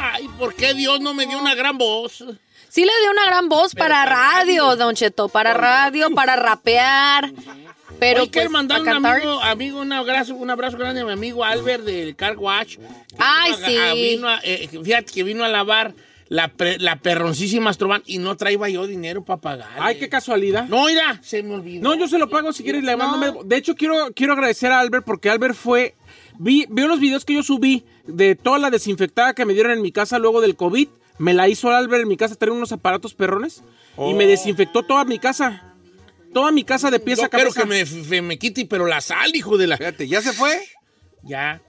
Ay, ¿por qué Dios no me dio una gran voz? Sí le dio una gran voz para, radio, Don Cheto, para radio, para rapear. Pero Hoy quiero pues, mandar a un cantar. amigo, amigo, un abrazo, un abrazo grande a mi amigo Albert del Car Wash. Ay, Vino a- sí. a- vino a- eh, fíjate que vino a lavar la, pre- la perroncísima Astroban y no traía yo dinero para pagar. Ay, qué casualidad. No, mira, se me olvidó. No, yo se lo pago si quieres, le mando. De hecho, quiero, quiero agradecer a Albert porque Albert fue. Vi, vio los videos que yo subí de toda la desinfectada que me dieron en mi casa luego del COVID. Me la hizo Albert en mi casa, trae unos aparatos perrones y Oh. me desinfectó toda mi casa. Toda mi casa de pies Yo a quiero cabeza. que me, f- me quite, pero la sal, hijo de la... Espérate, ¿ya se fue? Ya.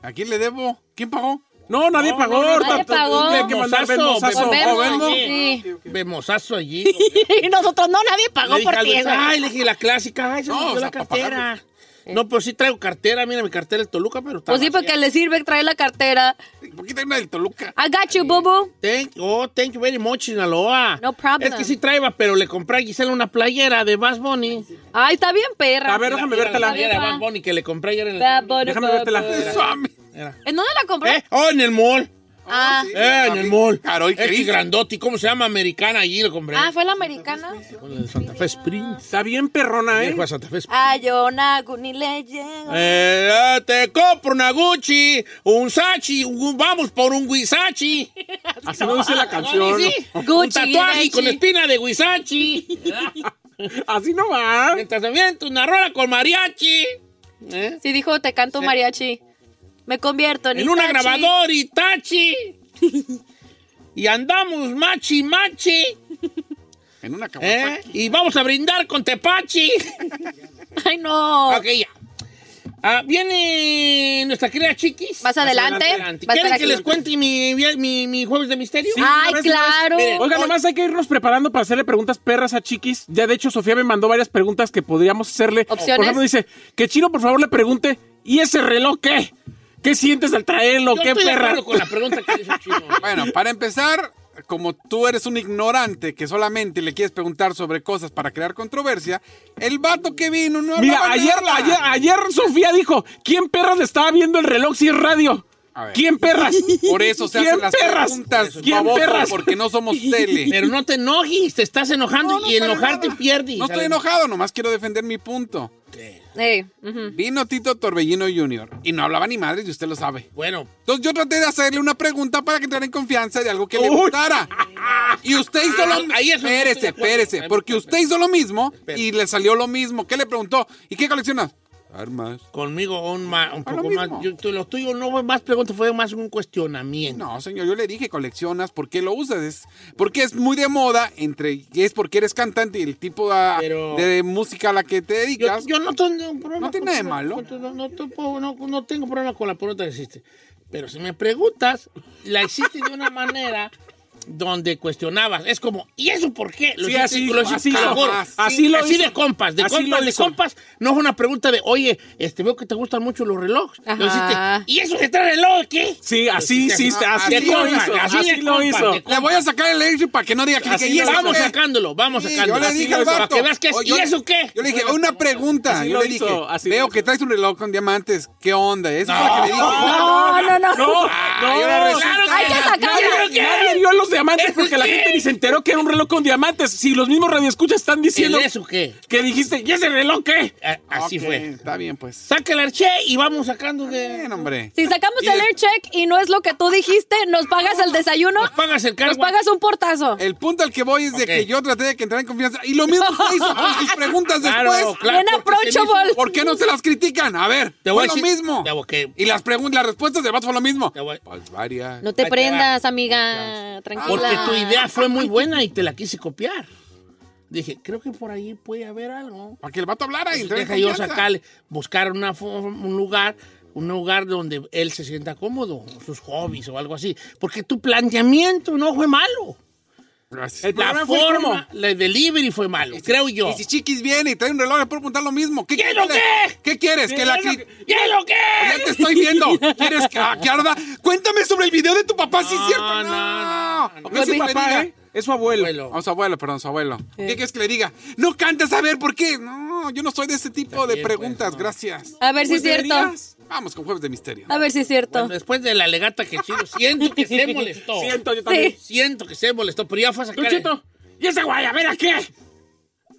¿A quién le debo? ¿Quién pagó? No, nadie No, pagó. no, no, ahorita nadie pagó. tuve que mandar Bemozazo, vergonzazo. bemozazo. Oh, Vermo. allí. Pues, Sí. Bemozazo allí. Y nosotros no, nadie pagó Le dije por al ti. Beto, güey. Ay, le dije la clásica. Ay, se me No, olvidó o sea, la pa' cartera. pagarle. No, pero sí traigo cartera. Mira, mi cartera es Toluca, pero está Pues sí, vacía. porque le sirve traer la cartera. ¿Por qué trae una del Toluca? I got you, Bubu. Thank, oh, thank you very much, Sinaloa. No problem. Es que sí traía, pero le compré a Gisela una playera de Bass Bunny. Ay, está bien, perra. A ver, déjame Mira vértela. La playera de Ahí va. Bass Bunny que le compré ayer en el... Bad bunny, Déjame bad vértela. bunny. Eso, ami. Era. pues. ¿En dónde la compró? ¿Eh? Oh, en el mall. Ah, Eh, en el mall. Caro y Este Cris. grandote, ¿cómo se llama? Americana, allí le compré. ah, fue la americana. Con la de Santa Fe Springs. Está bien perrona, ¿eh? Viejo a Santa Fe Springs. Ay, yo ni le llego. Eh, ah, te compro una Gucci, un Sachi, un- vamos por un Guisachi. Así no dice la canción. Sí, no. Un Gucci, tatuaje Gucci. con espina de Guisachi. Así no va. Mientras se avienta una rola con mariachi. ¿eh? Sí, dijo, te canto mariachi. Me convierto en En una Itachi. grabadora y tachi. Y andamos machi machi. En una ¿eh? kawasaki. Y vamos a brindar con tepachi. Ay, no. Ok, ya. Ah, viene nuestra querida Chiquis. Más adelante. Ah, Adelante. Va a estar ¿Quieren que aquí. les cuente mi, mi- mi jueves de misterio? Ay, una vez, una vez. claro. Miren, Oiga, Hoy- nomás hay que irnos preparando para hacerle preguntas perras a Chiquis. Ya de hecho, Sofía me mandó varias preguntas que podríamos hacerle. Opciones. Por ejemplo, dice que Chino, por favor, le pregunte, ¿y ese reloj qué? ¿Qué sientes al traerlo? Yo ¿Qué estoy de perra? acuerdo con la pregunta que hizo Chino. Bueno, para empezar, como tú eres un ignorante que solamente le quieres preguntar sobre cosas para crear controversia, el vato que vino no Mira, hablaba ayer, nada. ayer, ayer Sofía dijo, ¿quién perras le estaba viendo el reloj si es radio? A ver. ¿Quién perras? Por eso se ¿Quién hacen las perras? preguntas, ¿Quién baboso, perras? porque no somos tele. Pero no te enojes, te estás enojando No, no, y para enojarte nada. pierdes. No estoy enojado, nomás quiero defender mi punto. Ey, ujú. Vino Tito Torbellino Jr. y no hablaba ni madres y usted lo sabe. Bueno, Entonces yo traté de hacerle una pregunta para que entrara en confianza de algo que le gustara. Y usted hizo lo mismo. Ah, Ahí eso no estoy de Espérese, acuerdo. espérese. Ahí Porque no estoy usted hizo lo mismo Espérese. y le salió lo mismo. ¿Qué le preguntó? ¿Y qué colecciona? Armas. conmigo un, ma- un Ah, lo poco más. mismo. Yo- tú- lo tuyo no fue más preguntas, fue más un cuestionamiento. No, señor, yo le dije coleccionas. ¿Por qué lo usas? Es porque es muy de moda. entre Es porque eres cantante y el tipo ah, Pero- de música a la que te Yo, dedicas. yo no tengo un problema. No tiene con- nada de malo. con- No, no te puedo- no- no tengo problema con la pregunta que hiciste. Pero si me preguntas, la hiciste de una manera donde cuestionabas. Es como, ¿y eso por qué? Sí, hiciste- así- lo hiciste así con hizo, gorro. así lo así hizo. de compas, de Así compas, lo de hizo. compas. No es una pregunta de, oye, este, veo que te gustan mucho los relojes. Lo Ajá. hiciste, ¿y eso que trae reloj qué? Sí, así, sí, así- así, así lo de hizo. compas, así Así de lo compas, hizo. de Le voy a sacar el airship para que no diga que, Así que lo eso Vamos qué? sacándolo, vamos Sí, sacándolo. Yo le Así dije lo al hizo, vato. Para que veas que es, O ¿y yo le- eso qué? Yo le dije, una pregunta. Así yo lo le dije, hizo, así veo lo que hizo. traes un reloj con diamantes. ¿Qué onda? Eso es lo que le dije. No, no, no. No, Ah, yo la no. resulta- Claro Hay que sacarlo. Nadie- Nadie vio los diamantes porque la gente ni se enteró que era un reloj con diamantes. Si los mismos radioescuchas están diciendo ¿El eso Eh, qué? que dijiste, ¿y ese reloj qué? A- Así Ok, fue. Está bien, pues. Saca el arché y vamos sacando de. Bien, hombre. Si sacamos Y el de- air check y no es lo que tú dijiste, nos pagas Eh, el desayuno, Nos pagas el cargo. nos pagas un portazo. El punto al que voy es de Ok. que yo traté de que entrara en confianza. Y lo mismo que hizo con sus preguntas Claro, después. claro, Bien porque se me hizo- approachable. ¿Por qué no se las critican? A ver, Te fue voy lo a decir- mismo. Te voy- que- Y las preguntas, las respuestas de Bats fue lo mismo. Te voy- Pues varias. No te Ahí te prendas, va. amiga. Tranquila. Porque tu idea fue muy buena y te la quise copiar. Dije, creo que por ahí puede haber algo. Para que el vato hablara y entrara en Pues, Deja yo confianza. sacarle, buscar una fo- un lugar, un lugar donde él se sienta cómodo, sus hobbies o algo así. Porque tu planteamiento no fue malo. Gracias. El La programa fue forma, como- el delivery fue malo, creo yo. Y si Chiquis viene y trae un reloj, le puedo preguntar lo mismo. ¿Qué ¿Qué es lo quieres? que? ¿Qué quieres? ¿Qué Que es la lo cri- que? ¿Y es lo que? Ya te estoy viendo. ¿Quieres que, ah, que arda? Cuéntame sobre el video de tu papá, si es No, cierto. no, No, no, no. no. No es su papá, ¿eh? Es su abuelo. Abuelo. A su abuelo, perdón, su abuelo. ¿Qué quieres que le diga? No cantes, a ver, ¿por qué? No, yo no soy de ese tipo de bien, preguntas, pues, no. gracias. A ver si es cierto. ¿Jueves de heridas? Vamos con Jueves de Misterio. A ver si es cierto. Bueno, después de la legata que chido, siento que se molestó. Siento, yo también. Sí. Siento que se molestó, pero ya fue a Don sacar. Cheto, ¿y esa guayabera qué?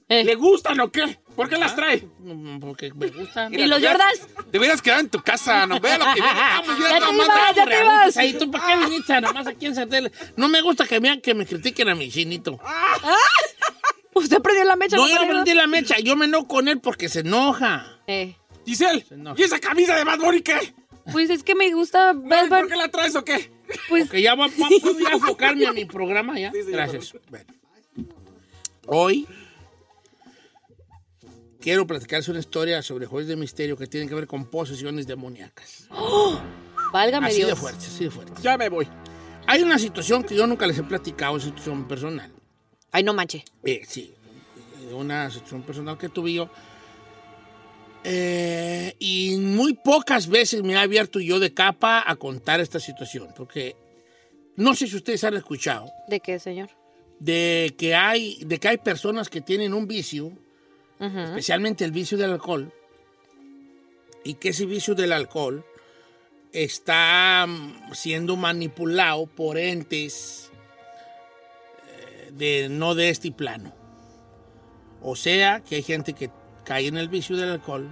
Eh. ¿Le gustan o qué? ¿Por qué las trae? Mm, Porque me gustan. ¿Y los Jordans? Te hubieras quedado en tu casa, no vea lo que viene. Vamos, yo Ya era te tu ibas, madre. Ah, ya te ibas. pues, Ah. Ahí tú para qué viniste nomás aquí en Santel. No me gusta que me, que me critiquen a mi chinito. Ah, Usted prendió la mecha. No, ¿no, yo Mario? prendí la mecha. Yo me enojo con él porque se enoja. Eh, Giselle, enoja. ¿y esa camisa de Bad Bunny qué? Pues es que me gusta. Bad ¿Por Bunny, qué la traes o qué? Pues Que ya va, va- puedo ya enfocarme a mi programa ya. Gracias. Bueno. Hoy quiero platicarles una historia sobre juegos de misterio que tienen que ver con posesiones demoníacas. válgame Así de Dios. fuerte, así de fuerte. Ya me voy. Hay una situación que yo nunca les he platicado, es una situación personal. Ay, no manche. Eh, sí, eh, una situación personal que tuve yo. Eh, y muy pocas veces me he abierto yo de capa a contar esta situación, porque no sé si ustedes han escuchado ¿De qué, señor? de que hay, de que hay personas que tienen un vicio, especialmente el vicio del alcohol, y que ese vicio del alcohol está mm, siendo manipulado por entes eh, de no de este plano. O sea, que hay gente que cae en el vicio del alcohol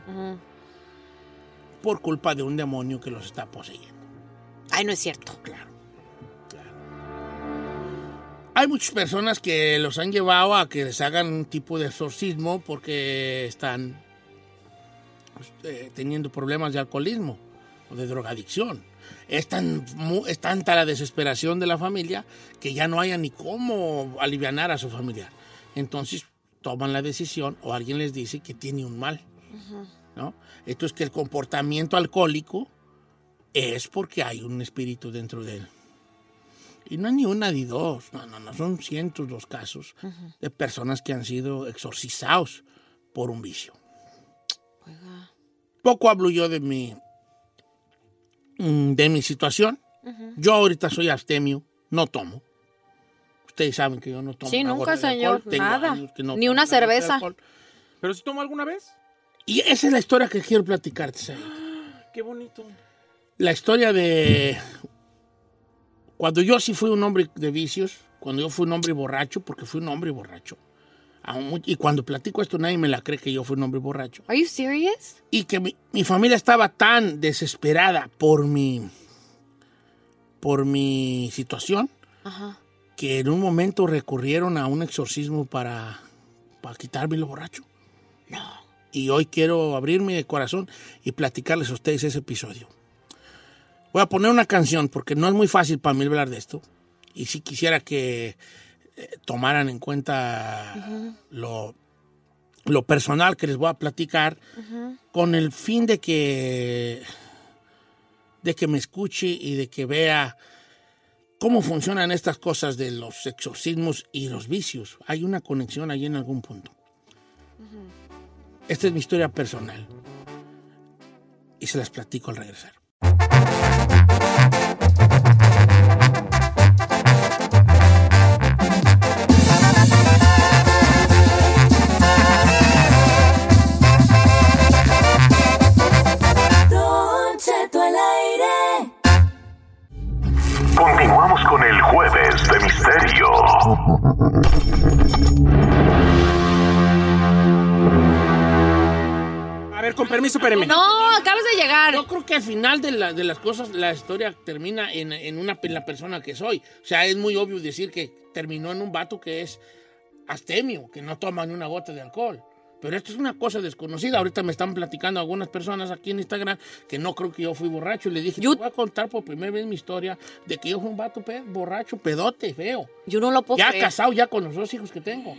por culpa de un demonio que los está poseyendo. Ay, no es cierto. Claro. Hay muchas personas que los han llevado a que les hagan un tipo de exorcismo porque están pues, eh, teniendo problemas de alcoholismo o de drogadicción. Es tan mu- es tanta la desesperación de la familia que ya no haya ni cómo alivianar a su familiar. Entonces toman la decisión o alguien les dice que tiene un mal. ¿no? Esto es que el comportamiento alcohólico es porque hay un espíritu dentro de él. Y no hay ni una ni dos, no, no, no, son cientos los casos de personas que han sido exorcizados por un vicio. Poco hablo yo de mi, mm, de mi situación. Yo ahorita soy abstemio, no tomo. Ustedes saben que yo no tomo. Sí, una nunca, gota de señor, alcohol. Tengo nada. años que no Ni tomo una gota de cerveza. alcohol. ¿Pero si tomó alguna vez? Y esa es la historia que quiero platicarte, Said. Qué bonito. la historia de cuando yo sí fui un hombre de vicios, cuando yo fui un hombre borracho, porque fui un hombre borracho. Aún mu- Y cuando platico esto nadie me la cree que yo fui un hombre borracho. Are you serious? Y que mi, mi familia estaba tan desesperada por mi, por mi situación Ajá. que en un momento recurrieron a un exorcismo para, para quitarme lo borracho. No. Y hoy quiero abrirme de corazón y platicarles a ustedes ese episodio. Voy a poner una canción porque no es muy fácil para mí hablar de esto. Y sí quisiera que eh, tomaran en cuenta lo, lo personal que les voy a platicar con el fin de que, de que me escuche y de que vea cómo funcionan estas cosas de los exorcismos y los vicios. Hay una conexión ahí en algún punto. Esta es mi historia personal. Y se las platico al regresar. Continuamos con el jueves de misterio. permiso, espéreme. No, acabas de llegar. Yo creo que al final de, la- de las cosas la historia termina en, en una, en la persona que soy. O sea, es muy obvio decir que terminó en un vato que es astemio, que no toma ni una gota de alcohol. Pero esto es una cosa desconocida. Ahorita me están platicando algunas personas aquí en Instagram que no creo que yo fui borracho. Y le dije, Yo- te voy a contar por primera vez mi historia de que yo fui un vato pe- borracho, pedote, feo. Yo no lo puedo ya creer. casado, ya con los dos hijos que tengo.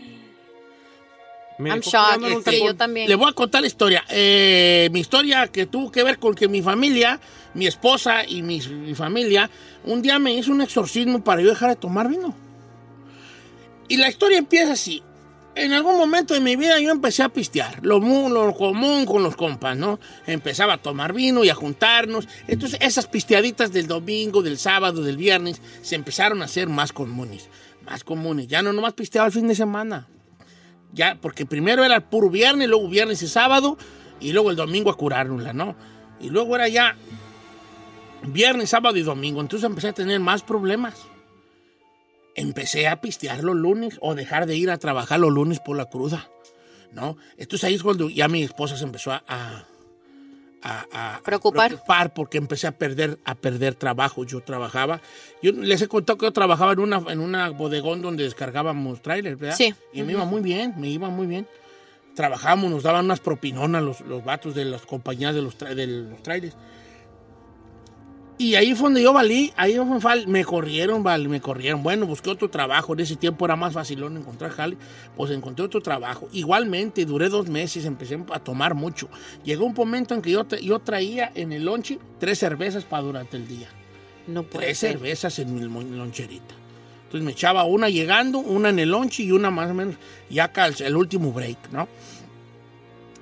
Me I'm dejó shocked. colgando en un Sí, tacón. yo también. Le voy a contar la historia. Eh, mi historia que tuvo que ver con que mi familia, mi esposa y mi, mi familia, un día me hizo un exorcismo para yo dejar de tomar vino. Y la historia empieza así. En algún momento de mi vida yo empecé a pistear, lo, mu- lo común con los compas, ¿no? Empezaba a tomar vino y a juntarnos. Entonces esas pisteaditas del domingo, del sábado, del viernes, se empezaron a hacer más comunes, más comunes. Ya no nomás pisteaba el fin de semana, ya, porque primero era el puro viernes, luego viernes y sábado, y luego el domingo a curárnosla, ¿no? Y luego era ya viernes, sábado y domingo. Entonces empecé a tener más problemas. Empecé a pistear los lunes o dejar de ir a trabajar los lunes por la cruda, ¿no? Entonces ahí es cuando ya mi esposa se empezó a... a- a- a- Preocupar. a preocupar porque empecé a perder, a perder trabajo. Yo trabajaba, yo les he contado que yo trabajaba en una, en una bodegón donde descargábamos trailers, ¿verdad? Sí. Y me iba muy bien, me iba muy bien. Trabajábamos, nos daban unas propinonas los, los vatos de las compañías de los, tra- de los trailers. Y ahí fue donde yo valí, ahí fue donde fal- me corrieron, vale, me corrieron. Bueno, busqué otro trabajo, en ese tiempo era más facilón encontrar jale, pues encontré otro trabajo. Igualmente, duré dos meses, empecé a tomar mucho. Llegó un momento en que yo, tra- yo traía en el lonche tres cervezas para durante el día No puede tres ser. cervezas en mi mo- loncherita. Entonces me echaba una llegando, una en el lunch y una más o menos ya acá el, el último break, ¿no?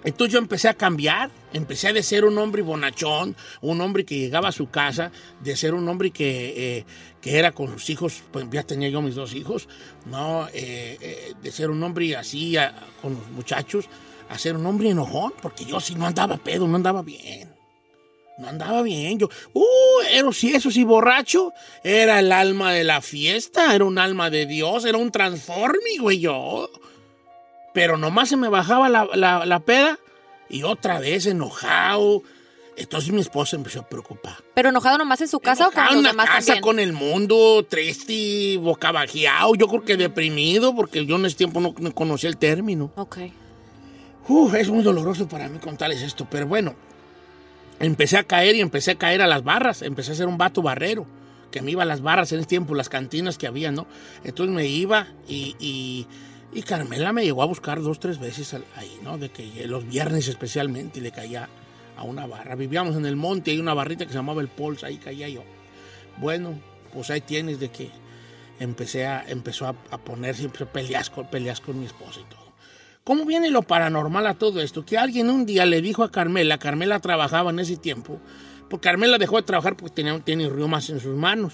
Entonces yo empecé a cambiar, empecé de ser un hombre bonachón, un hombre que llegaba a su casa, de ser un hombre que, eh, que era con sus hijos, pues ya tenía yo mis dos hijos, ¿no? Eh, eh, de ser un hombre así a- con los muchachos, a ser un hombre enojón, porque yo si no andaba pedo, no andaba bien. No andaba bien, yo. Uh, era sí, eso sí, borracho. Era el alma de la fiesta, era un alma de Dios, era un transformi, güey, yo. Pero nomás se me bajaba la, la- la peda y otra vez enojado. Entonces mi esposa empezó a preocupar. Pero enojado nomás en su casa o Enojado con en los la demás casa también. con el mundo, triste, bocabajeado, yo creo que deprimido, porque yo en ese tiempo no- no conocía el término. Ok. Uf, es muy doloroso para mí contarles esto, pero bueno, empecé a caer y empecé a caer a las barras, empecé a ser un vato barrero, que me iba a las barras en ese tiempo, las cantinas que había, ¿no? Entonces me iba y, y- y Carmela me llegó a buscar dos, tres veces al- ahí, ¿no? De que los viernes especialmente le caía a una barra. Vivíamos en el monte, hay una barrita que se llamaba el Pols, ahí caía yo. Bueno, pues ahí tienes de que empecé a, empezó a, a poner siempre peleas con, peleas con mi esposa y todo. ¿Cómo viene lo paranormal a todo esto? Que alguien un día le dijo a Carmela, Carmela trabajaba en ese tiempo, porque Carmela dejó de trabajar porque tenía, tiene riomas en sus manos,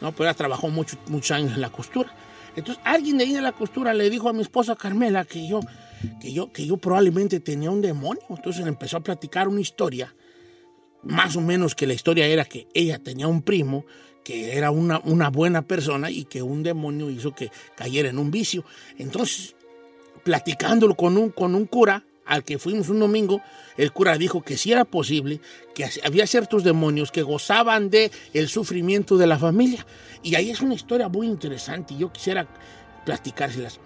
¿no? Pero ella trabajó mucho- muchos años en la costura. Entonces, alguien de ahí de la costura le dijo a mi esposa Carmela que yo, que yo, que yo probablemente tenía un demonio. Entonces le empezó a platicar una historia más o menos que la historia era que ella tenía un primo que era una, una buena persona y que un demonio hizo que cayera en un vicio. Entonces, platicándolo con un, con un cura, al que fuimos un domingo, el cura dijo que sí era posible, que así- había ciertos demonios que gozaban de el sufrimiento de la familia. Y ahí es una historia muy interesante y yo quisiera platicárselas.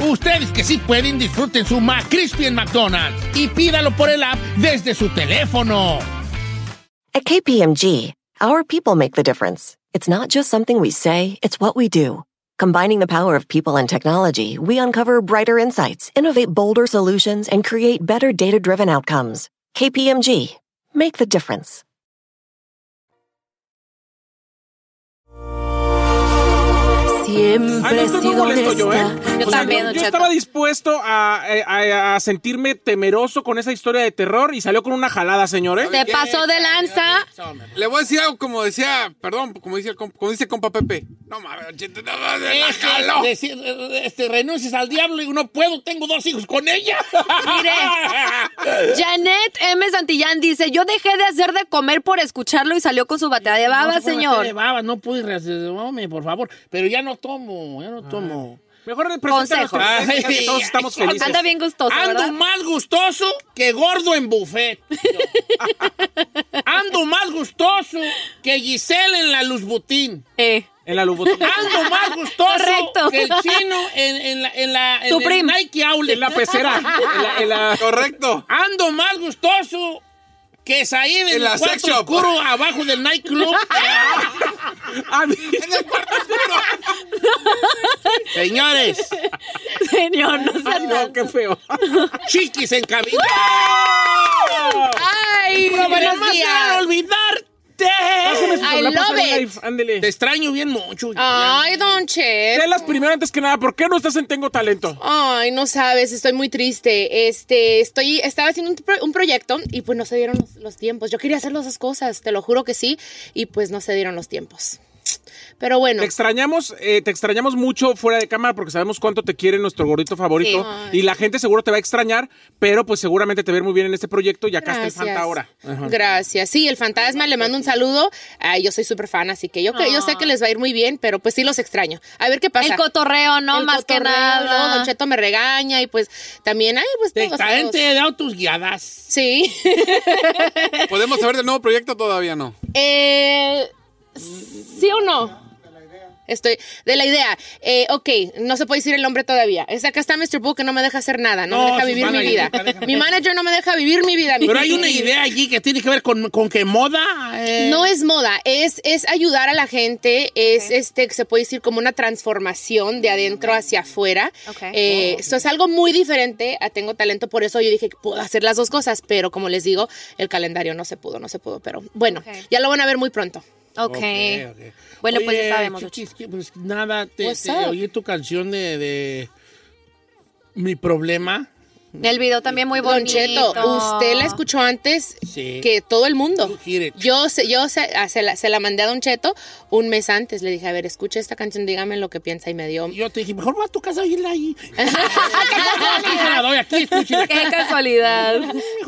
Ustedes que sí pueden, disfruten su McCrispy en McDonald's y pídalo por el app desde su teléfono. At KPMG, our people make the difference. It's not just something we say, it's what we do. Combining the power of people and technology, we uncover brighter insights, innovate bolder solutions, and create better data driven outcomes. KPMG, make the difference. Ay, no Siempre he estoy muy sido molesto yo, ¿eh? honesta. Yo O sea, también, yo- Don yo Cheto. estaba dispuesto a, eh, a- a sentirme temeroso con esa historia de terror y salió con una jalada, señor, ¿eh? Te pasó de lanza. Le voy a decir algo como decía, perdón, como dice, el comp- como dice compa Pepe. No mames, Don Cheto, no, no, no, la jaló. Decir, este, renuncies al diablo y no puedo, tengo dos hijos con ella. Janet M. Santillán dice, yo dejé de hacer de comer por escucharlo y salió con su batea de baba, No, se fue la tele, señor. baba, no pude, re- hombre, por favor. Pero ya no tomo, ya no tomo. Ah. Mejor presenta nuestro Consejo. presente, que todos estamos Ay, felices. Anda bien gustoso, Ando ¿verdad? más gustoso que gordo en buffet. Ando más gustoso que Giselle en la Luz Butín. Eh, En la Louboutin. Ando más gustoso Correcto. que el chino en, en la, en la- en el Supreme. Nike Outlet. En la pecera. En la, en la- Correcto. Ando más gustoso que Said en, En el la cuarto sex shop. oscuro abajo del Nike Club. A mí- Señores, señor, no sé. Ay, no, qué feo. chiquis en cabina. Ay, buenos Además, era días. Ah. olvidarte. I La love pasarela, it. ándele. Te extraño bien mucho. Ah, Ay, Don Che. Telas primero, antes que nada, ¿por qué no estás en Tengo Talento? Ay, no sabes, estoy muy triste. Este, estoy, estaba haciendo un, pro- un proyecto y pues no se dieron los, los tiempos. Yo quería hacer las dos cosas, te lo juro que sí, y pues no se dieron los tiempos. Pero bueno, Te extrañamos, eh, te extrañamos mucho fuera de cámara porque sabemos cuánto te quiere nuestro gordito favorito Sí. y la gente seguro te va a extrañar, pero pues seguramente te ver muy bien en este proyecto y acá gracias. está el Fanta ahora. Gracias. Sí, el fantasma le mando un saludo. Ay, yo soy súper fan, así que yo, que yo sé que les va a ir muy bien, pero pues sí los extraño. A ver qué pasa. Ah. El cotorreo, no, El más que cotorreo, luego nada. Don Cheto me regaña y pues también, ay, pues Te todos, extraño todos. te he dado tus guiadas. Sí. ¿Podemos saber del nuevo proyecto? Todavía no. Eh, ¿Sí o no? Estoy de la idea. Eh, ok, no se puede decir el nombre todavía. Es acá está Mr. Boo que no me deja hacer nada, no, No, me deja su vivir mi manager, vida. nunca deja- Mi manager no me deja vivir mi vida. mi Pero hay vida. una idea allí que tiene que ver con, con que moda. eh. No es moda, es, es ayudar a la gente, es este, que se puede decir como una transformación de adentro hacia afuera. Ok. Eh, Oh. Eso es algo muy diferente a Tengo Talento, por eso yo dije que puedo hacer las dos cosas, pero como les digo, el calendario no se pudo, no se pudo, pero bueno, Ok. ya lo van a ver muy pronto. Ok, Ok. ok. Bueno, pues Oye, ya sabemos. Chiquis, que, pues, nada, te, What's te up? oí tu canción de, de Mi Problema. El video también muy Don bonito. Cheto, usted la escuchó antes Sí. que todo el mundo. You hear it. Yo, se, yo se, ah, se la, se la mandé a Don Cheto un mes antes. Le dije, a ver, escucha esta canción, dígame lo que piensa y me dio. Yo te dije, mejor va a tu casa a oírla ahí. Aquí se la doy, aquí, escúchela. Qué casualidad.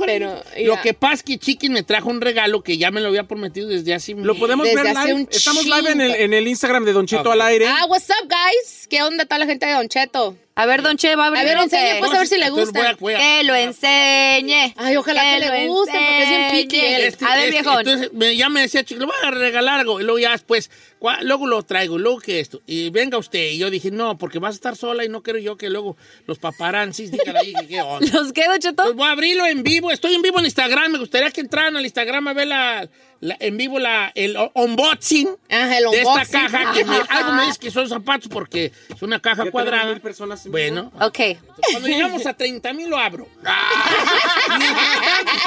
Pero, Lo ya. que pasa es que Chiquis me trajo un regalo que ya me lo había prometido desde hace... Lo podemos Desde ver hace live. un Estamos live en el, chingo. en el Instagram de Don Cheto al aire. Ah, what's up, guys? ¿Qué onda toda la gente de Don Cheto? A ver, Don Che, va a abrir. A ver, un enseñe, té. pues, a ver si le Entonces, gusta. voy a- voy a- Que lo enseñe. Ay, ojalá que lo le guste, porque es bien piqui enseñe. él. Este, a ver, este, viejón. Entonces me- ya me decía, chico, le voy a regalar algo. Y luego ya después, cua- luego lo traigo, luego que esto. Y venga usted. Y yo dije, no, porque vas a estar sola y no quiero yo que luego los paparanzis digan ahí que qué onda. ¿Los quedo, Cheto? Pues voy a abrirlo en vivo. Estoy en vivo en Instagram. Me gustaría que entraran al Instagram a ver la, la- en vivo la, el o- unboxing. Ah, el de esta unboxing. caja que me- Ajá. algo me dice que son zapatos porque es una caja cuadrada. Bueno, Ok. cuando llegamos a 30 mil lo abro. Ah.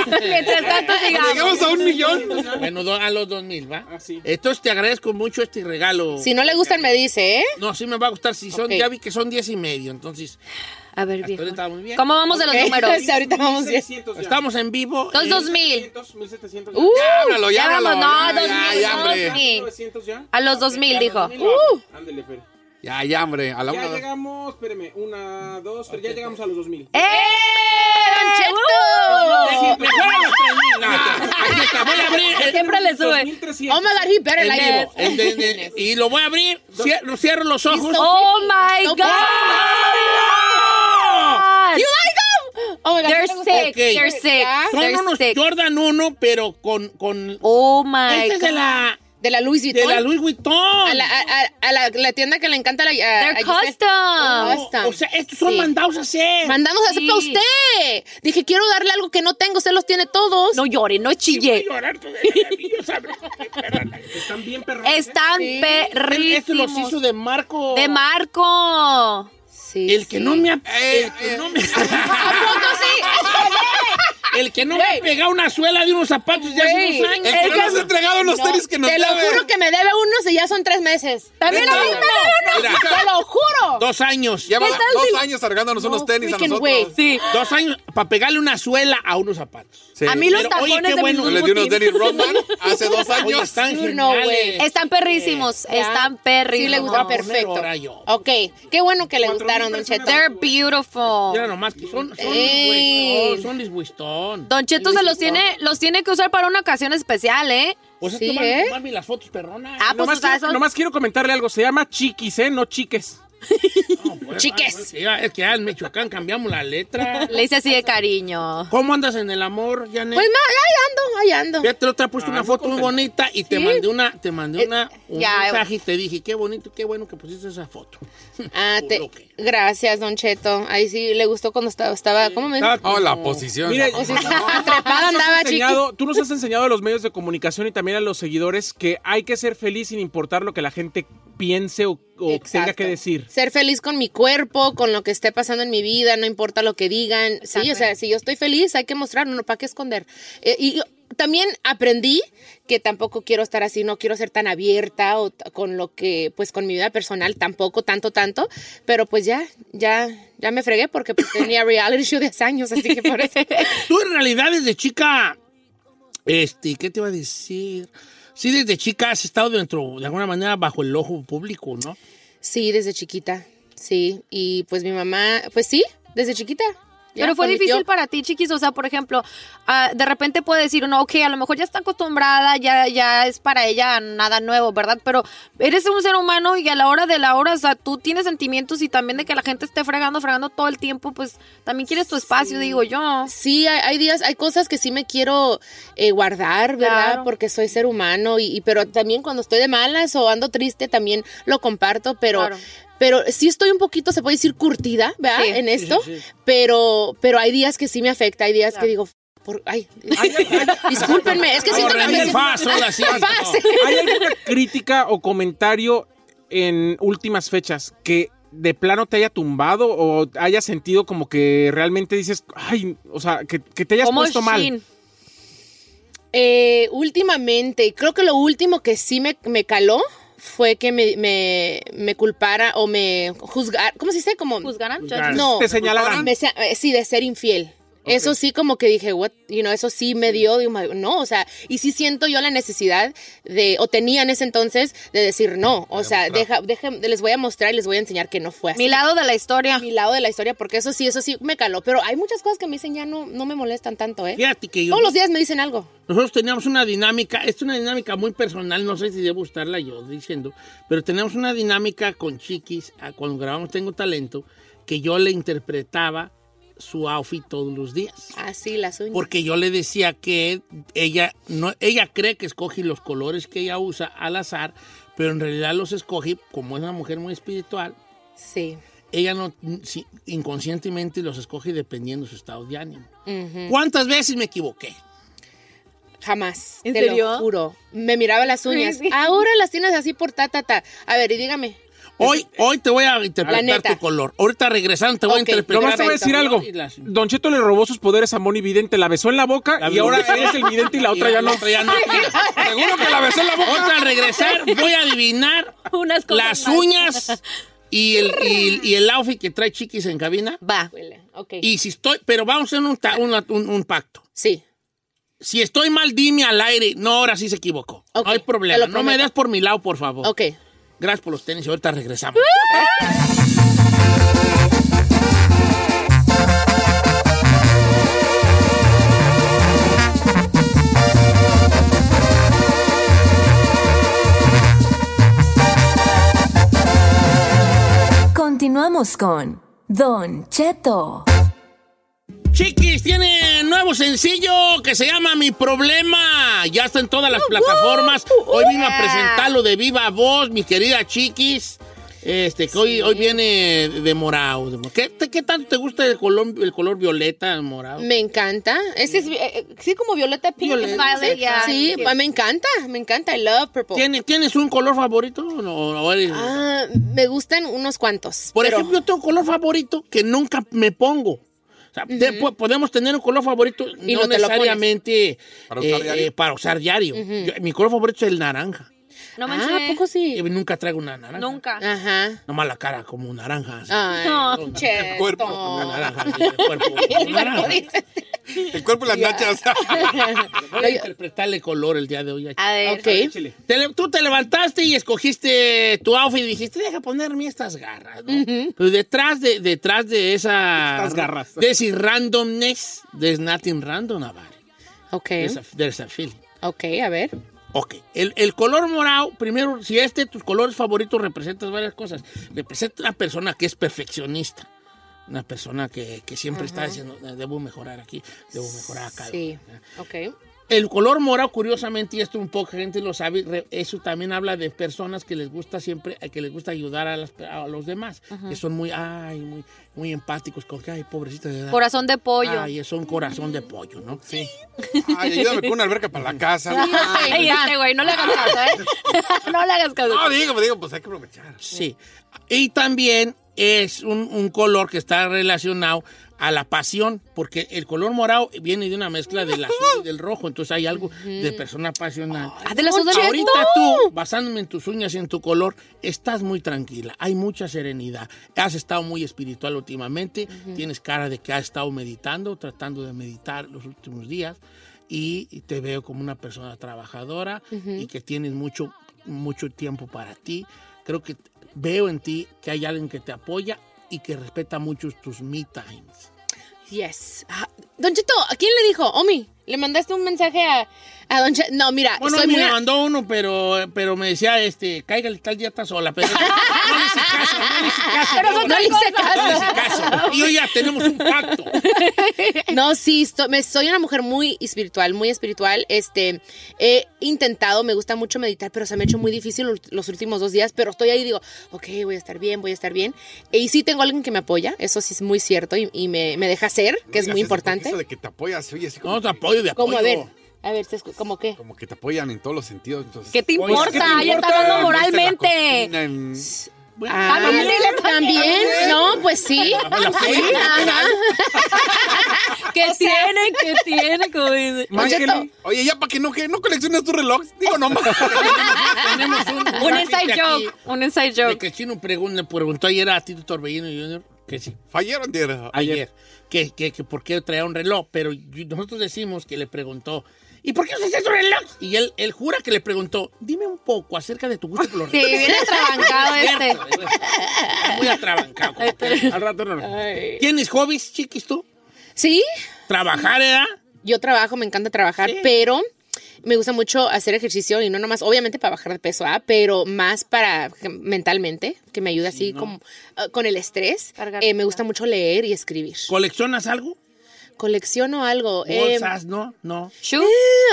Mientras tanto, eh, sigamos. Llegamos a un millón. Bueno, do- a los 2 mil, ¿va? Ah, Entonces te agradezco mucho este regalo. Si no le gustan, me dice, ¿eh? No, sí me va a gustar. Si son, Ok. Ya vi que son 10 y medio, entonces. A ver, bien. muy bien. ¿Cómo vamos de los Ok, números? sí, ahorita vamos bien. Este Estamos en vivo. eh, Dos, y- dos mil. 1700. Uh, Ya háblalo, ya vamos, háblalo. no, Ya, dos ya, mil, ya, dos hombre. mil. 900 ya. A los dos mil, dijo. Uh. Ándele, Fer. Ya, ya, hombre. A la Ya una. dos. llegamos, espéreme, una, dos, tres, ya llegamos a los dos mil. ¡Eh, ¡Eh, Don Mejor Cheto! a los 3 mil. Aquí está, voy a abrir. eh, Siempre le sube. 2300. Oh my god, he better en like vivo. it. En- en- en- y lo voy a abrir. Cier- Cierro, los ojos. ¡Oh, my No, God! Oh my god. They're ¿sí le gusta? sick, Ok. they're sick, Ya. Son they're unos sick. Jordan 1, pero con. con Oh, my este es de God. la, De la Louis de Vuitton. la Louis Vuitton. A la, a- a- a la- la tienda que le encanta la. a- a They're Giselle. custom. Custom. o sea, estos son Sí. mandados a hacer. Mandamos a hacer Sí. para usted. Dije, quiero darle algo que no tengo. Usted los tiene todos. No llore, no Voy a chille. llorar todavía, yo sabré qué perra la- Están bien perros. Están Esto este los hizo perrísimos. de Marco. De Marco. Sí, El que sí. no me ha. Eh, el que eh. no me. Tampoco sí. el que no me ha pegado una suela de unos zapatos de hace Güey. unos años. El que no nos ha entregado los tenis que nos Te lo debe. juro que me debe unos y ya son tres meses. También a mí me da Mira, Te lo juro. Dos años. Lleva tal dos si- años cargándonos unos tenis a freaking way. nosotros. Sí. Dos años para pegarle una suela a unos zapatos. Sí. A mí los Pero, oye, tacones qué de bueno. bueno, Yo le di unos tenis Rodman hace dos Oye, años. están you know, geniales. Están perrísimos, están perrísimos. Sí, le gusta Vamos a poner perfecto. ahora yo. Ok, qué bueno que le gustaron, Don Cheto. They're beautiful. Mira nomás que son, son Luis Ey. Vuitton, son Luis Vuitton. Don Cheto se los tiene, los tiene que usar para una ocasión especial, ¿eh? Pues es Sí, tomar- ¿eh? tomarme las fotos perronas. Ah, pues Nomás o sea, quiero- son- nomás quiero comentarle algo. Se llama chiquis, ¿eh? No chiques. No, pues, chiques. ah, es que ya- es que ya en Michoacán cambiamos la letra. le hice así de cariño. ¿Cómo andas en el amor, Janet? Pues ma- ahí ando, ahí ando. Fíjate, la otra Ah, puesto una foto muy bonita y te mandé una, te mandé Eh, una, un ya. mensaje y te dije, qué bonito, qué bueno que pusiste esa foto. Ah, te- Por lo que- Gracias, Don Cheto. Ahí sí le gustó cuando estaba, estaba ¿cómo me dijo? Estaba Oh, como- la posición. Mire, la- O sea, trepada andaba, chiqui. enseñado- tú nos has enseñado a los medios de comunicación y también a los seguidores que hay que ser feliz sin importar lo que la gente piense o, o tenga Exacto. que decir. Ser feliz con mi cuerpo, con lo que esté pasando en mi vida, no importa lo que digan. Sí, o sea, si yo estoy feliz, hay que mostrarlo, no para qué esconder. Eh, y y también aprendí que tampoco quiero estar así, no quiero ser tan abierta o t- con lo que, pues con mi vida personal tampoco, tanto, tanto. Pero pues ya, ya, ya me fregué porque pues, tenía reality show de 10 años, así que por eso. Tú en realidad desde chica, este, ¿qué te iba a decir? Sí, desde chica has estado dentro, de alguna manera, bajo el ojo público, ¿no? Sí, desde chiquita, sí. Y pues mi mamá, pues sí, desde chiquita. Ya, pues, Pero fue con mi difícil tío. para ti, chiquis. O sea, por ejemplo, ah, de repente puede decir uno, ok, a lo mejor ya está acostumbrada, ya, ya es para ella nada nuevo, ¿verdad? Pero eres un ser humano y a la hora de la hora, o sea, tú tienes sentimientos y también de que la gente esté fregando, fregando todo el tiempo, pues también quieres tu espacio, digo yo. Sí, hay, hay días, hay cosas que sí me quiero eh, guardar, ¿verdad? Claro. Porque soy ser humano, y, y- pero también cuando estoy de malas o ando triste también lo comparto, pero... Claro. Pero sí estoy un poquito, se puede decir, curtida, ¿verdad? Sí. En esto, pero pero hay días que sí me afecta, hay días que digo, por, ay, discúlpenme, es que siento que Corre, me mi siento- fa, sol, así, no. ¿Hay alguna crítica o comentario en últimas fechas que de plano te haya tumbado o hayas sentido como que realmente dices, ay, o sea, que, que te hayas Como puesto mal? Shin. Eh, últimamente, creo que lo último que sí me, me caló fue que me, me, me culpara o me juzgar, ¿cómo se dice? Como, ¿Juzgarán? Juzgarán. no, Te señalaran. me sea- eh, sí, de ser infiel. Eso sí, como que dije, what, you know, eso sí me dio, digo, my- no, o sea, y sí siento yo la necesidad de, o tenía en ese entonces, de decir no, o sea, deja, deja, les voy a mostrar y les voy a enseñar que no fue así. Mi lado de la historia. Mi lado de la historia, porque eso sí, eso sí me caló, pero hay muchas cosas que me dicen ya no, no me molestan tanto, ¿eh? Fíjate que yo... Todos los días me dicen algo. Nosotros teníamos una dinámica, es una dinámica muy personal, no sé si debo estarla yo diciendo, pero teníamos una dinámica con Chiquis, a- cuando grabamos Tengo Talento, que yo le interpretaba su outfit todos los días. Así, las uñas. Porque yo le decía que ella, no, ella cree que escoge los colores que ella usa al azar, pero en realidad los escoge, como es una mujer muy espiritual, Sí. ella no, sí, inconscientemente los escoge dependiendo de su estado de ánimo. Ujú. ¿Cuántas veces me equivoqué? Jamás. ¿En te serio? Lo juro. Me miraba las uñas. Sí, sí. Ahora las tienes así por ta, ta, ta. A ver, y dígame. Hoy, hoy te voy a interpretar neta. tu color. Ahorita regresando te voy Ok, a interpretar. Nomás te voy a decir algo. Don Cheto le robó sus poderes a Moni Vidente, la besó en la boca La y ahora besó. eres el vidente y la otra ya no. Seguro que la besé en la boca. Ahorita al regresar voy a adivinar Unas cosas las más. uñas y el, y, el- y el outfit que trae Chiquis en cabina. Va. Ok. Y si estoy, pero vamos a hacer un, ta- una- un- un pacto. Sí. Si estoy mal, dime al aire. No, ahora sí se equivocó. Ok, no hay te problema. lo No me prometo. des por mi lado, por favor. Ok. Gracias por los tenis. Ahorita regresamos. Continuamos con Don Cheto. Chiquis tiene nuevo sencillo que se llama Mi Problema. Ya está en todas las plataformas. Hoy vino a presentarlo de viva voz, mi querida Chiquis. Este, que hoy, hoy viene de morado. de mo- ¿Qué, te- qué tanto te gusta el color, el color violeta, el morado? Me encanta. Este es, eh, eh, sí, como Violeta Pink. Violeta. Sí, Violet, ya. sí, Sí. pa- me encanta. Me encanta. I love purple. ¿Tienes, ¿Tienes un color favorito? o no? ¿O eres- Ah, me gustan unos cuantos. Por pero- ejemplo, yo tengo un color favorito que nunca me pongo. O sea, te- po- podemos tener un color favorito Y no no te lo necesariamente ¿Para usar eh, diario? eh, para usar diario. Yo- mi color favorito es el naranja. No manches. Ah, ¿a poco Y sí? nunca traigo una naranja. Nunca. Ajá. Nomás la cara como naranja. así. Ay, Ah, No. Cheto. El cuerpo. Como naranja, así, el cuerpo como El cuerpo naranja. dice. El cuerpo y las nachas. Voy a interpretarle color el día de hoy. A ver. Ok. Te le- tú te levantaste y escogiste tu outfit y dijiste, deja ponerme estas garras. ¿no? Pero detrás de, detrás de esa... Estas garras. De ese randomness, there's nothing random about it. Ok. There's a, there's a feeling. Ok, a ver. Ok, el, el color morado, primero, si este tus colores favoritos representas varias cosas. Representa una persona que es perfeccionista. Una persona que, que siempre está diciendo, "Ah, debo mejorar aquí, debo mejorar acá. Sí. Ok. El color morado, curiosamente, y esto un poco gente lo sabe, re- eso también habla de personas que les gusta siempre, eh, que les gusta ayudar a, las- a los demás, que son muy, ay, muy, muy empáticos, con que, ay, pobrecita de edad. Corazón de pollo. Ay, es un corazón de pollo, ¿no? Sí. Ay, ayúdame con una alberca para la casa. Ay, Ay, va. este güey, no le hagas caso, ¿eh? no le hagas caso. No, digo, digo, pues hay que aprovechar. Sí. Y también es un, un color que está relacionado a la pasión, porque el color morado viene de una mezcla del azul y del rojo, entonces hay algo de persona apasionada. Ah, de la azul del rojo. Ahorita tú, basándome en tus uñas y en tu color, estás muy tranquila, hay mucha serenidad, has estado muy espiritual últimamente, tienes cara de que has estado meditando, tratando de meditar los últimos días, y y te veo como una persona trabajadora y que tienes mucho, mucho tiempo para ti. Creo que veo en ti que hay alguien que te apoya y que respeta mucho tus me times. Yes. Ah, Don Cheto, ¿a quién le dijo? Omi, ¿le mandaste un mensaje a, a Don Cheto? No, mira, Bueno, soy me muy... a- mandó uno, pero, pero me decía, este, cáigale tal día está sola, pero no le hice caso, no le hice caso. Pero son no, otras le hice cosas. caso, no le hice caso. Y hoy ya tenemos un pacto. No, sí, esto- me- soy una mujer muy espiritual, muy espiritual. Este, he intentado, me gusta mucho meditar, pero se me ha hecho muy difícil ul- los últimos dos días. Pero estoy ahí y digo, ok, voy a estar bien, voy a estar bien. Y sí tengo alguien que me apoya, eso sí es muy cierto y, y me, me deja ser, que es Digas muy eso, importante. porque Eso de que te apoyas, oye, así como, No, te que, apoyo de apoyo. Como a ver, a ver, se escu- ¿cómo qué? como que te apoyan en todos los sentidos. Entonces, ¿Qué te oye, importa? Ella está importa? hablando moralmente. En la cocina, en- Bueno, Ah, También ella también, no, pues sí. Ah, la Sí, fe, ajá. ¿Qué tiene? ¿Qué tiene? Como dice. Don Cheto, Mángele. Oye, ya para que no, que no colecciones tu reloj. Digo, no más. tenemos un, Un paquete inside aquí joke. Un inside De joke. que Chino pregun- preguntó ayer a Tito Torbellino Jr. que sí. Fallaron, tío. ayer, que, que, que por qué traía un reloj, pero yo- nosotros decimos que le preguntó, ¿y por qué usas tu reloj? Y él, él jura que le preguntó, dime un poco acerca de tu gusto por los Sí, relojes. viene trabancado este. Muy atrabancado. Al rato no. no. ¿Tienes hobbies, chiquis, tú? Sí, ¿Trabajar, eh? edad? yo trabajo, me encanta trabajar, pero me gusta mucho hacer ejercicio y no nomás, obviamente para bajar de peso, ¿ah? pero más para que- mentalmente, que me ayuda así como ah, con el estrés. Eh, me gusta mucho leer y escribir. ¿Coleccionas algo? Colecciono algo. Em, eh, Bolsas, no, no. Eh,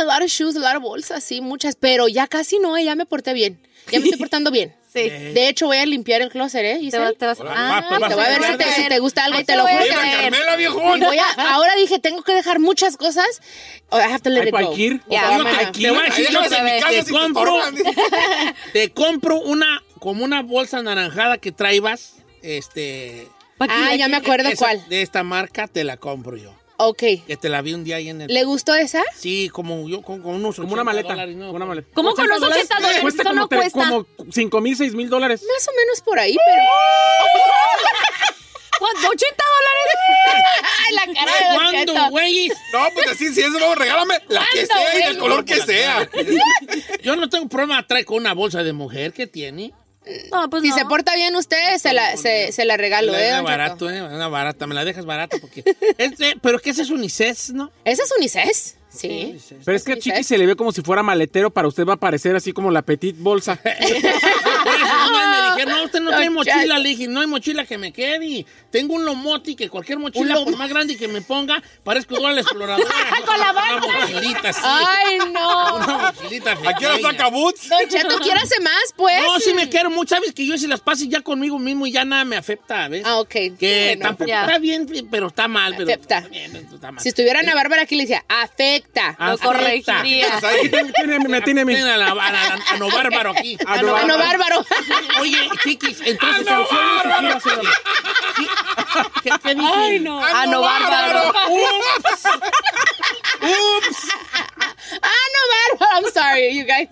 a lot of shoes, a lot of bolsas, sí, muchas, pero ya casi no, eh, ya me porté bien. Ya me estoy portando bien. Sí. De hecho, voy a limpiar el closet, ¿eh? Giselle? te vas- Órale, ah, va, pues, vas te voy a a ver si limpiar te, de- si te gusta algo, Ay, te te lo voy a juro. ¡Viva que- Carmela, viejón! Voy a- ahora dije, tengo que dejar muchas cosas. I have to let Ay, it go. cualquier- Yeah, Yo mamá. te, te voy a decir, yo Otra vez. te, compro, te compro una, como una bolsa anaranjada que traibas, este... Ah, ya me acuerdo esa- cuál. De esta marca te la compro yo. Ok. Que te la vi un día ahí en el... ¿Le gustó esa? Sí, como yo, con, con unos Como una 80 maleta, dólares, no, una maleta. ¿Cómo con los 80 dólares? Cuesta Eso como, no tre- cuesta. como 5 mil, 6 mil dólares. Más o menos por ahí, pero... ¿Cuánto? ¿80 dólares? Ay, la cara de Don Cheto. güey? No, pues así, si es luego regálame la que ¿Cuándo, sea y güey? del color que sea. Yo no tengo problema, trae con una bolsa de mujer que tiene. No, pues Si no. se porta bien usted, se pues la, se, se la regalo, Me la ¿eh? deja don Cheto? barato, eh, una barata, me la dejas barata porque... Este, pero que ese es unisex, ¿no? ¿Esa es unisex? Sí. Pero es que a Chiqui se le ve como si fuera maletero, para usted va a parecer así como la petit bolsa. Por eso los güeyes me dijeron, no, usted no Don trae mochila. Cheto. Le dije, no hay mochila que me quede. Tengo un lomoti que cualquier mochila, lomo- por más grande que me ponga, parezco Dora la exploradora. Con la Una mochilita, sí. Ah. Ay, no. Una mochilita ¿A qué hora pequeña. saca Boots? Don Cheto, quiérase más, pues. No, sí me quiero mucho. Sabes que yo si las paso ya conmigo mismo y ya nada me afecta, ¿ves? Ah, ok. Que Bueno, tampoco ya. está bien, pero está mal. Pero Afecta. está bien, pero está mal. Si estuviera Ana Bárbara aquí, le decía, afecta. Ah, Lo corregiría. Aquí tiene- tiene- me tiene a mí. Tienen a la- a la- a no bárbaro aquí. A no, Ana Ah, no, bárbaro. Oye, chiquis, entonces... ¡Ah, no, soluciones aquí, bárbaro! señora. Sí. ¿Qué, qué dije? Ay, no. Ah, no, ¡Ando bárbaro. ¡Ups! ¡Ups! ah, no, bárbaro. I'm sorry, you guys.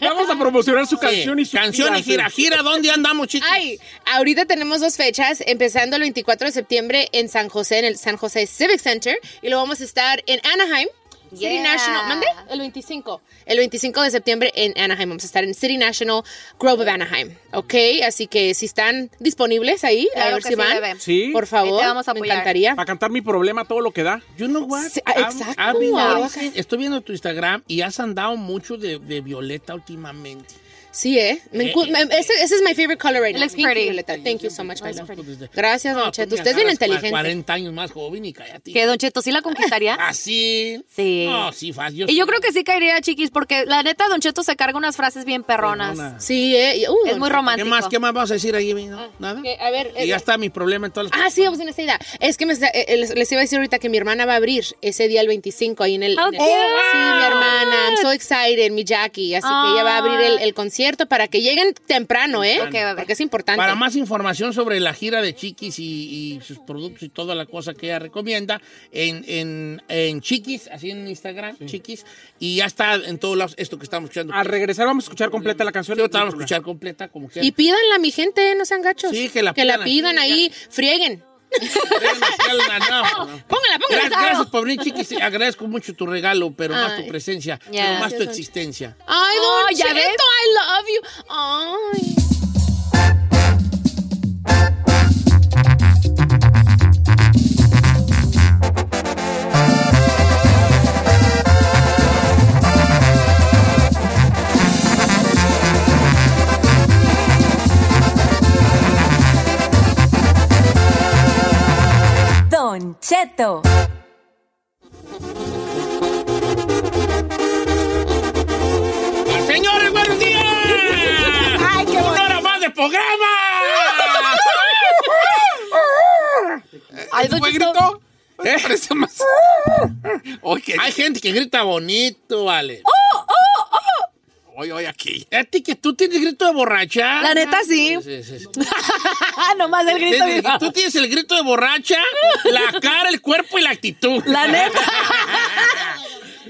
Vamos a promocionar su Sí, canción y su Canción y gira. sí. Gira, ¿dónde andamos, chiquis? Ay, ahorita tenemos dos fechas, empezando el 24 de septiembre en San José, en el San José Civic Center, y luego vamos a estar en Anaheim. City Yeah. National, ¿mande? El 25. El 25 de septiembre en Anaheim. Vamos a estar en City National Grove of Anaheim. Ok, así que si están disponibles ahí, Claro a ver que si sí, van. bebé. Sí. Por favor, Ahí te vamos a me apoyar. encantaría. Para cantar mi problema todo lo que da. You know what? Sí, ah, I'm- exacto. I've been Ah, noticing- Estoy viendo tu Instagram y has andado mucho de, de Violeta últimamente. Sí, eh. Me encu- me- ese, ese es mi favorite color right It now. looks Pinky pretty. Violeta. Thank you so much, my love. pues Desde- Ah, Gracias, No, Don Cheto. tú me Usted es bien agarras cua- inteligente. 40 años más joven y cállate. Que Don Cheto sí la conquistaría. Así. Ah. Sí. No, sí, fácil. Y yo creo que sí caería, chiquis, porque la neta, Don Cheto se carga unas frases bien perronas. Perrona. Sí, eh. y- uh, Es Don muy Cheto. ¿Qué romántico. más? ¿Qué más vas a decir ahí, no? ¿Nada? Ah, que, a ver, y eh, ya está mi problema en todas las Ah, sí, vamos en esta idea. Es que me está- eh, eh, les, les iba a decir ahorita que mi hermana va a abrir ese día el 25 ahí en el... Oh, en el- cute. sí, mi hermana. I'm so excited, mi Jackie. Así que ella va a abrir el, el concierto para que lleguen temprano, ¿eh? Ah. Ok, bebé. Porque es importante. Para más información sobre la gira de Chiquis y, y sus productos y toda la cosa que ella recomienda, en, en- en Chiquis, así en Instagram, Chiquis, y ya está en todos lados esto que estamos escuchando. Al regresar vamos a escuchar completa la canción. Yo te vamos a escuchar completa como que... Y pídanla, mi gente, no sean gachos. Sí, que la pidan aquí, pidan ahí, ya. frieguen. Póngala, Póngala, póngala. Gracias, gracias por venir, Chiquis. Agradezco mucho tu regalo, pero más tu Ay. presencia, Ya. pero más Gracias, tu Don- existencia. Ay, Oh, Don ya Cheto, ves. I love you. Ay. Don Cheto. ¡Señores, buenos días! ¡Ay, qué ¡Una hora más de programa! Ay, Don ¿Fue Cheto, grito? ¿Eh? Parece más. Oye, Hay gente que grita bonito, vale. Oh, oye, oye, aquí. ¿A ti que tú tienes grito de borracha? La neta, sí. Sí, sí, sí. Nomás el grito. Tienes- mi- Tú tienes el grito de borracha, la cara, el cuerpo y la actitud. La neta.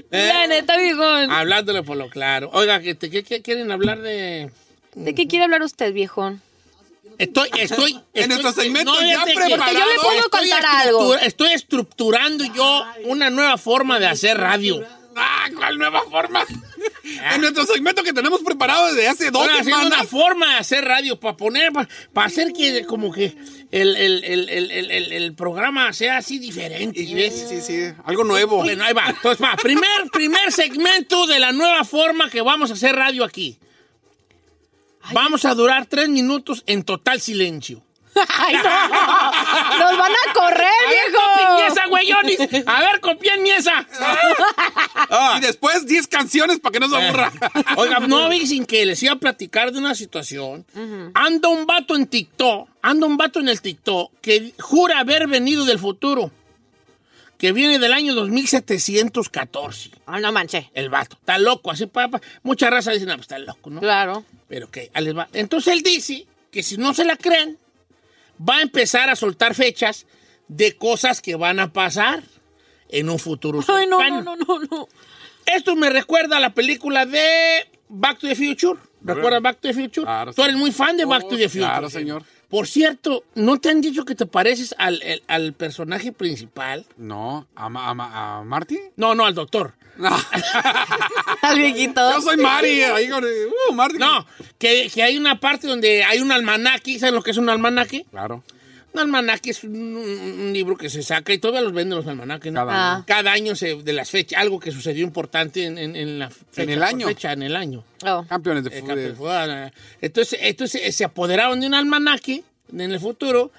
La neta, viejón. Hablándole por lo claro. Oiga, ¿qué, te- qué- qué quieren hablar de...? ¿De qué quiere hablar usted, viejón? Estoy, estoy... En estoy- nuestro segmento no, ya fíjate que- preparado. yo le puedo Estoy contar estructura- algo. Estoy estructurando yo una nueva forma de hacer radio. ¡Ah, cuál nueva forma! en nuestro segmento que tenemos preparado desde hace dos Ahora, haciendo semanas. una forma de hacer radio, para poner, para hacer que como que el, el- el- el- el- el- el programa sea así diferente. ¿ves? Sí, sí, algo nuevo. Bueno, ahí va. Entonces, va, primer, primer segmento de la nueva forma que vamos a hacer radio aquí. Vamos a durar tres minutos en total silencio. Ay, no. Nos van a correr, A ver, viejo. esa, güey, A ver, copien mi esa. Y después 10 canciones para que no se Eh. aburra. Oiga, no, vi sin que les iba a platicar de una situación. Anda un vato en TikTok, anda un vato en el TikTok que jura haber venido del futuro, que viene del año 2714. Ah, no manché. El vato, está loco, así papá. Mucha raza dice, no, pues está loco, ¿no? Claro. Pero que, ahí les va. Entonces él dice que si no se la creen, va a empezar a soltar fechas de cosas que van a pasar en un futuro. Ay, no, cercano. no, no, no, no. Esto me recuerda a la película de Back to the Future. ¿Recuerdas Back to the Future? Tú eres muy fan de Back to the Future. Oh, claro, señor. Por cierto, ¿no te han dicho que te pareces al, el- al personaje principal? No, ¿a, Ma- a, Ma- a Marty? No, no, al doctor. Al viejito. Yo soy Mari. Ahí con, uh, Marty. No, que, que hay una parte donde hay un almanaque. ¿Saben lo que es un almanaque? Claro. Un almanaque es un, un- un libro que se saca y todavía los venden los almanaques, ¿no? Cada Ah. año. año. Cada año se- de las fechas, algo que sucedió importante en, en- en la fecha. el por año. Fecha, en el año. Oh. Campeones de Eh, fútbol. campeón fue, ah, Entonces, entonces eh, se apoderaron de un almanaque en el futuro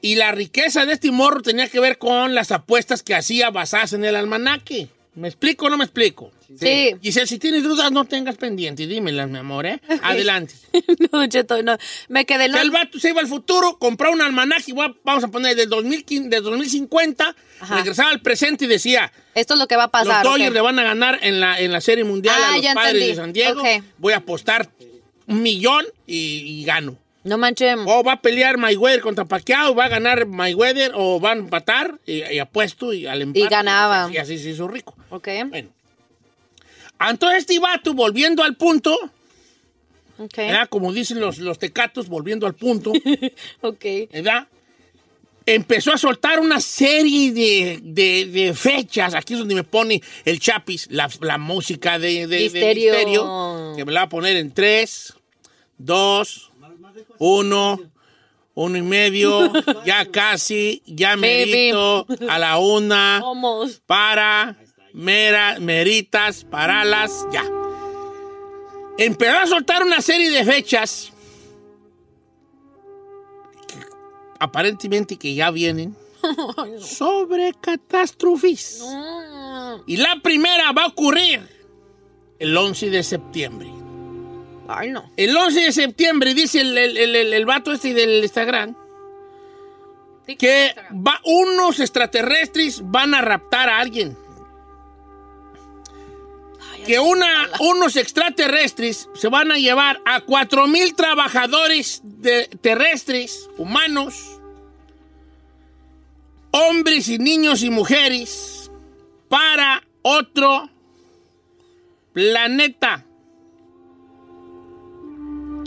y la riqueza de este morro tenía que ver con las apuestas que hacía basadas en el almanaque. ¿Me explico o no me explico? Sí. Giselle, si tienes dudas, no tengas pendiente y dímelas, mi amor, ¿eh? Adelante. No, Don Cheto, no. Me quedé en Que la- El vato se iba al futuro, compraba un almanaque, y va- vamos a poner, del 2015, del 2050, Ajá. regresaba al presente y decía, Esto es lo que va a pasar. los ok. Dodgers le van a ganar en la, en la Serie Mundial Ah, a los ya padres entendí. de San Diego. Ok. Voy a apostar un millón y, y gano. No manchemos. O va a pelear Mayweather contra Pacquiao, va a ganar Mayweather o va a empatar y, y apuesto y al empate. Y ganaba. Y así se hizo rico. Ok. Bueno. Entonces este vato, volviendo al punto, Ok. ¿verdad? como dicen los, los tecatos, volviendo al punto, Ok. ¿verdad? Empezó a soltar una serie de, de- de fechas. Aquí es donde me pone el chapis, la, la música de, de- de Misterio. Misterio, Que me la va a poner en 3, 2, 1, 1 y medio, ya casi, ya Baby. merito, a la una, Oh, Vamos. para, mera, meritas, paralas, ya. Empezó a soltar una serie de fechas que aparentemente que ya vienen sobre catástrofes. Mm. Y la primera va a ocurrir el 11 de septiembre. Ay, no. El 11 de septiembre, dice el, el- el- el- el vato este del Instagram, que va, unos extraterrestres van a raptar a alguien. Que una, unos extraterrestres se van a llevar a 4.000 trabajadores de- terrestres, humanos, hombres y niños y mujeres, para otro planeta.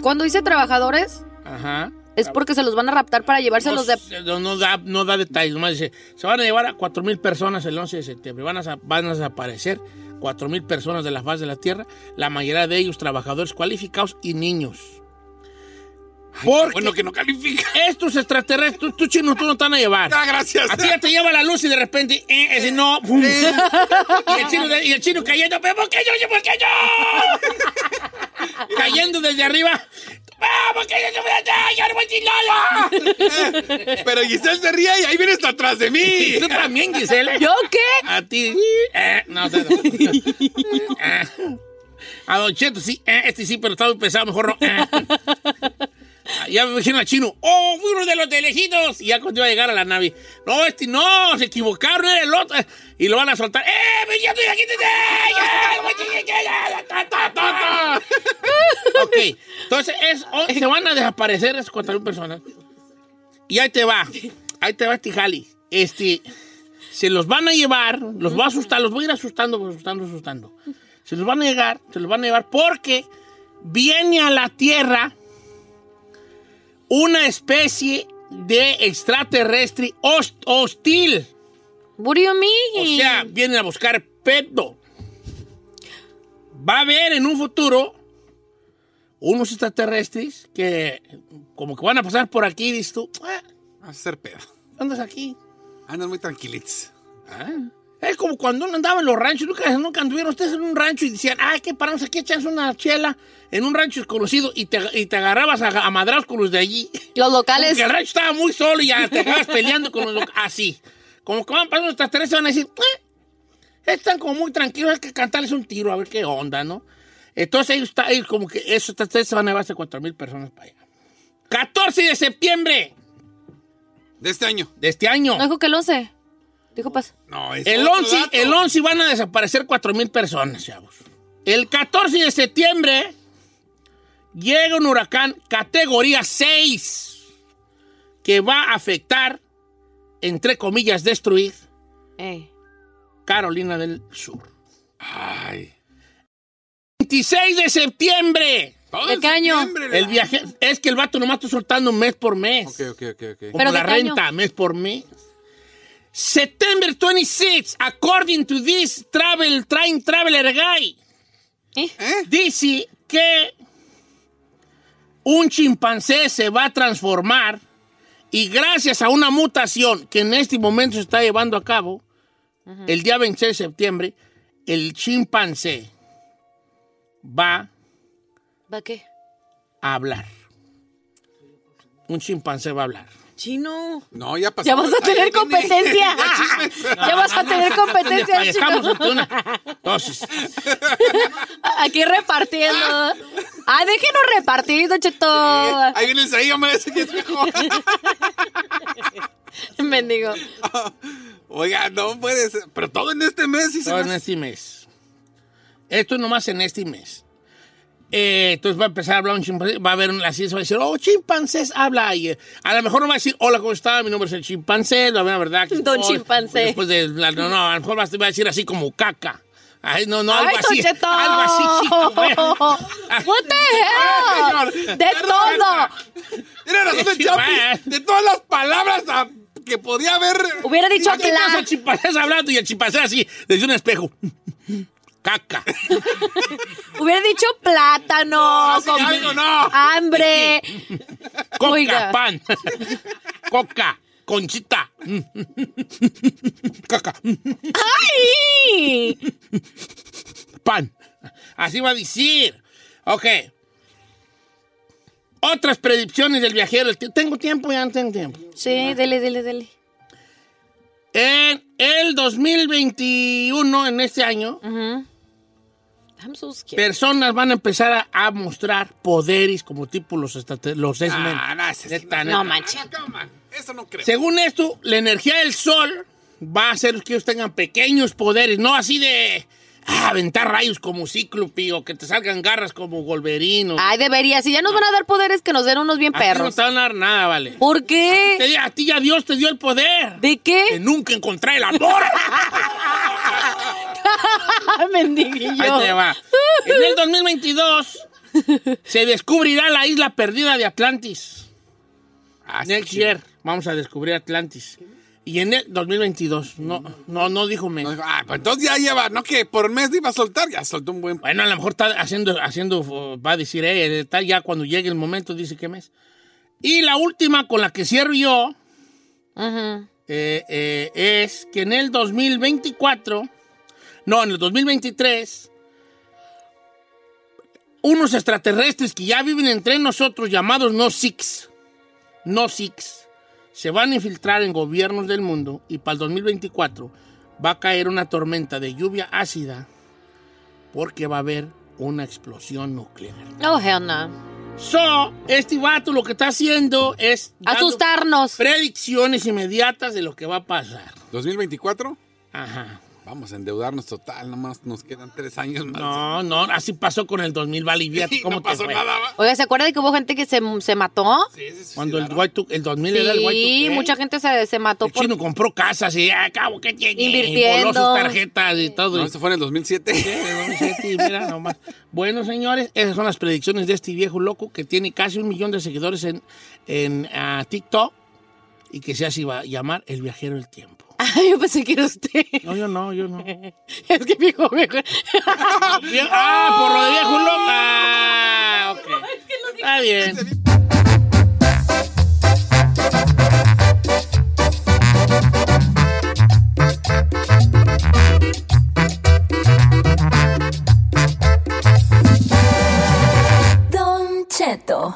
Cuando dice trabajadores, Ajá. es porque se los van a raptar para llevárselos de. Pues, eh, No, no da, no da detalles, nomás dice, se van a llevar a 4.000 personas el 11 de septiembre, van a, sa- van a desaparecer 4.000 personas de la faz de la Tierra, la mayoría de ellos trabajadores cualificados y niños. Porque Bueno, que no califica. estos extraterrestres, tú, tú, chino, tú no te van a llevar. Ah, gracias. A ti ya te lleva la luz y de repente, eh, ese no, pum. y, el chino, de- y el chino cayendo, pero ¿por qué yo? ¿Por qué yo? cayendo desde arriba. ¡Ah, por qué yo? yo voy allá, ¡Yo no voy sin Lola! Pero Giselle se ríe y ahí vienes atrás de mí. ¿Tú también, Gisela? ¿Yo qué? A ti. eh, no, usted no. Eh. A Don Cheto, sí. eh, este sí, pero estaba pesado, mejor no. eh. Ah, Ya me imagino a Chino. ¡Oh, fui uno de los de lejitos! Y ya cuando iba a llegar a la nave. No, este no, se equivocaron, era el otro. Y lo van a soltar. ¡Eh, pero ya estoy aquí! te- eh, ya, güey, ya, ya, ya, ta, ta, ta, ta! Ok, entonces es, o- se van a desaparecer esas 4.000 personas. Y ahí te va. Ahí te va este jali. Este se los van a llevar, los voy a asustar, los voy a ir asustando, pues, asustando, asustando. Se los van a llegar, se los van a llevar porque viene a la Tierra una especie de extraterrestre host- hostil. What do you O mean? sea, vienen a buscar pedo. va a haber en un futuro unos extraterrestres que como que van a pasar por aquí y dices tú, "Ah, Vas a ser pedo. andas aquí. Andan muy tranquilitos. Ah, Es como cuando uno andaba en los ranchos, nunca, nunca anduvieron ustedes en un rancho y decían, ah, que paramos aquí, echas una chela en un rancho desconocido y te, y te agarrabas a, a madrazos con los de allí. Los locales. Porque el rancho estaba muy solo y ya te acabas peleando con los loca- Así. Como que van pasando los extraterrestres van a decir, "Eh, están como muy tranquilos, hay que cantarles un tiro, a ver qué onda, ¿no? Entonces ellos, está- ellos como que esos extraterrestres van a llevarse 4 mil personas para allá. 14 de septiembre De este año. de este año. No dijo que el 11. Dijo pasa. No, es El otro 11, dato. el 11 van a desaparecer 4 mil personas, chavos. El 14 de septiembre llega un huracán categoría 6 que va a afectar, entre comillas, destruir Ey. Carolina del Sur. Ay. 26 de septiembre. Todo ¿De en qué año? septiembre, El la- viaje es que el vato nomás está soltando mes por mes. Ok, ok, ok, ok. Como ¿Pero la de qué año? renta, mes por mes. September 26, according to this travel train traveler guy. ¿Eh? Dice que un chimpancé se va a transformar y gracias a una mutación que en este momento se está llevando a cabo, el día 26 de septiembre, el chimpancé va ¿Va qué? a hablar. Un chimpancé va a hablar. Chino. No, ya pasó. Ah, Ya vas a tener competencia. ya vas a tener competencia, Desfallezcamos chicos. ante una- Entonces, Aquí repartiendo. Ah, déjenos repartir, Don Cheto. Ahí viene el Saí, hombre, ese que es mejor. Mendigo. Oiga, no puede ser. Pero todo en este mes sí se todo me en hace- este mes. Esto es nomás en este mes. Eh, entonces va a empezar a hablar un chimpancé, va a haber una ciencia, va a decir, oh, chimpancés, habla. Y, eh, a lo mejor no va a decir, hola, ¿cómo está? Mi nombre es el chimpancé, la mera verdad. que Don estoy". chimpancé. Después de, la- no, no, a lo mejor va a va a decir así como caca. Ay, no, no, algo Ay, así. Don Cheto. Algo así, chico. What the hell? De todo. Tiene razón el Chapis. De todas las palabras a- que podía haber. Hubiera dicho ¿Qué pasa la. el chimpancé hablando y el chimpancé así, desde un espejo? Caca. Hubiera dicho plátano. Así con- algo, no. Hambre. Coca, Oiga. pan. Coca, conchita. Caca, ¡Ay! pan. Así va a decir. Ok. Otras predicciones del viajero. Tengo tiempo, ya no tengo tiempo. Sí, dele, dele, dele. En el 2021, en este año, Ujú. I'm so scared. personas van a empezar a, a mostrar poderes como tipo los, extrate- los X-Men. Ah, no, ese sí Neta, neta. No manches. Come on, Eso no creo. Según esto, la energía del sol va a hacer que ellos tengan pequeños poderes, no así de ah, aventar rayos como Cíclope o que te salgan garras como Wolverine. o- Ay, debería. Si ya nos van a dar poderes, que nos den unos bien A ti No perros. te van a dar nada, vale. ¿Por qué? Te- a ti ya Dios te dio el poder. ¿De Que qué? nunca encontré el amor. Ah, Mendiguillo. Ahí te va. En el 2022 se descubrirá la isla perdida de Atlantis. Ah, Next year vamos a descubrir Atlantis. Y en el 2022, no, no, no dijo menos. No dijo, Ah, pues entonces ya lleva, no que por mes iba a soltar, ya soltó un buen. Bueno, a lo mejor está haciendo, haciendo uh, va a decir, eh, está ya cuando llegue el momento, dice qué mes. Y la última con la que cierro yo Ujú. eh, eh, es que en el 2024, no, en el 2023, unos extraterrestres que ya viven entre nosotros, llamados No Six, No Six, se van a infiltrar en gobiernos del mundo y para el 2024 va a caer una tormenta de lluvia ácida porque va a haber una explosión nuclear. No, hell no. So, este vato lo que está haciendo es dando Asustarnos. predicciones inmediatas de lo que va a pasar. 2024, Ajá. vamos a endeudarnos total, nomás nos quedan tres años más. No, no, así pasó con el 2000, vale, y fíjate Y cómo no te pasó fue. nada. va. Oiga, ¿se acuerda de que hubo gente que se, se mató? Sí, sí, sí, Cuando el, sí, Y2K el 2000 era el Sí, Y2K. mucha gente se, se mató El por... chino compró casas y acabo que tiene. Y voló Invirtiendo. sus tarjetas y No, todo. eso fue en el 2007. Y mira nomás. Bueno, señores, esas son las predicciones de este viejo loco que tiene casi un millón de seguidores en, en ah, TikTok y que se hace iba a llamar el viajero del tiempo. Ah, yo pensé que era usted. No, yo no, yo no. es que viejo, viejo. Bien, ah, por lo de viejo loco. Ah, ok. Está bien. Don Cheto.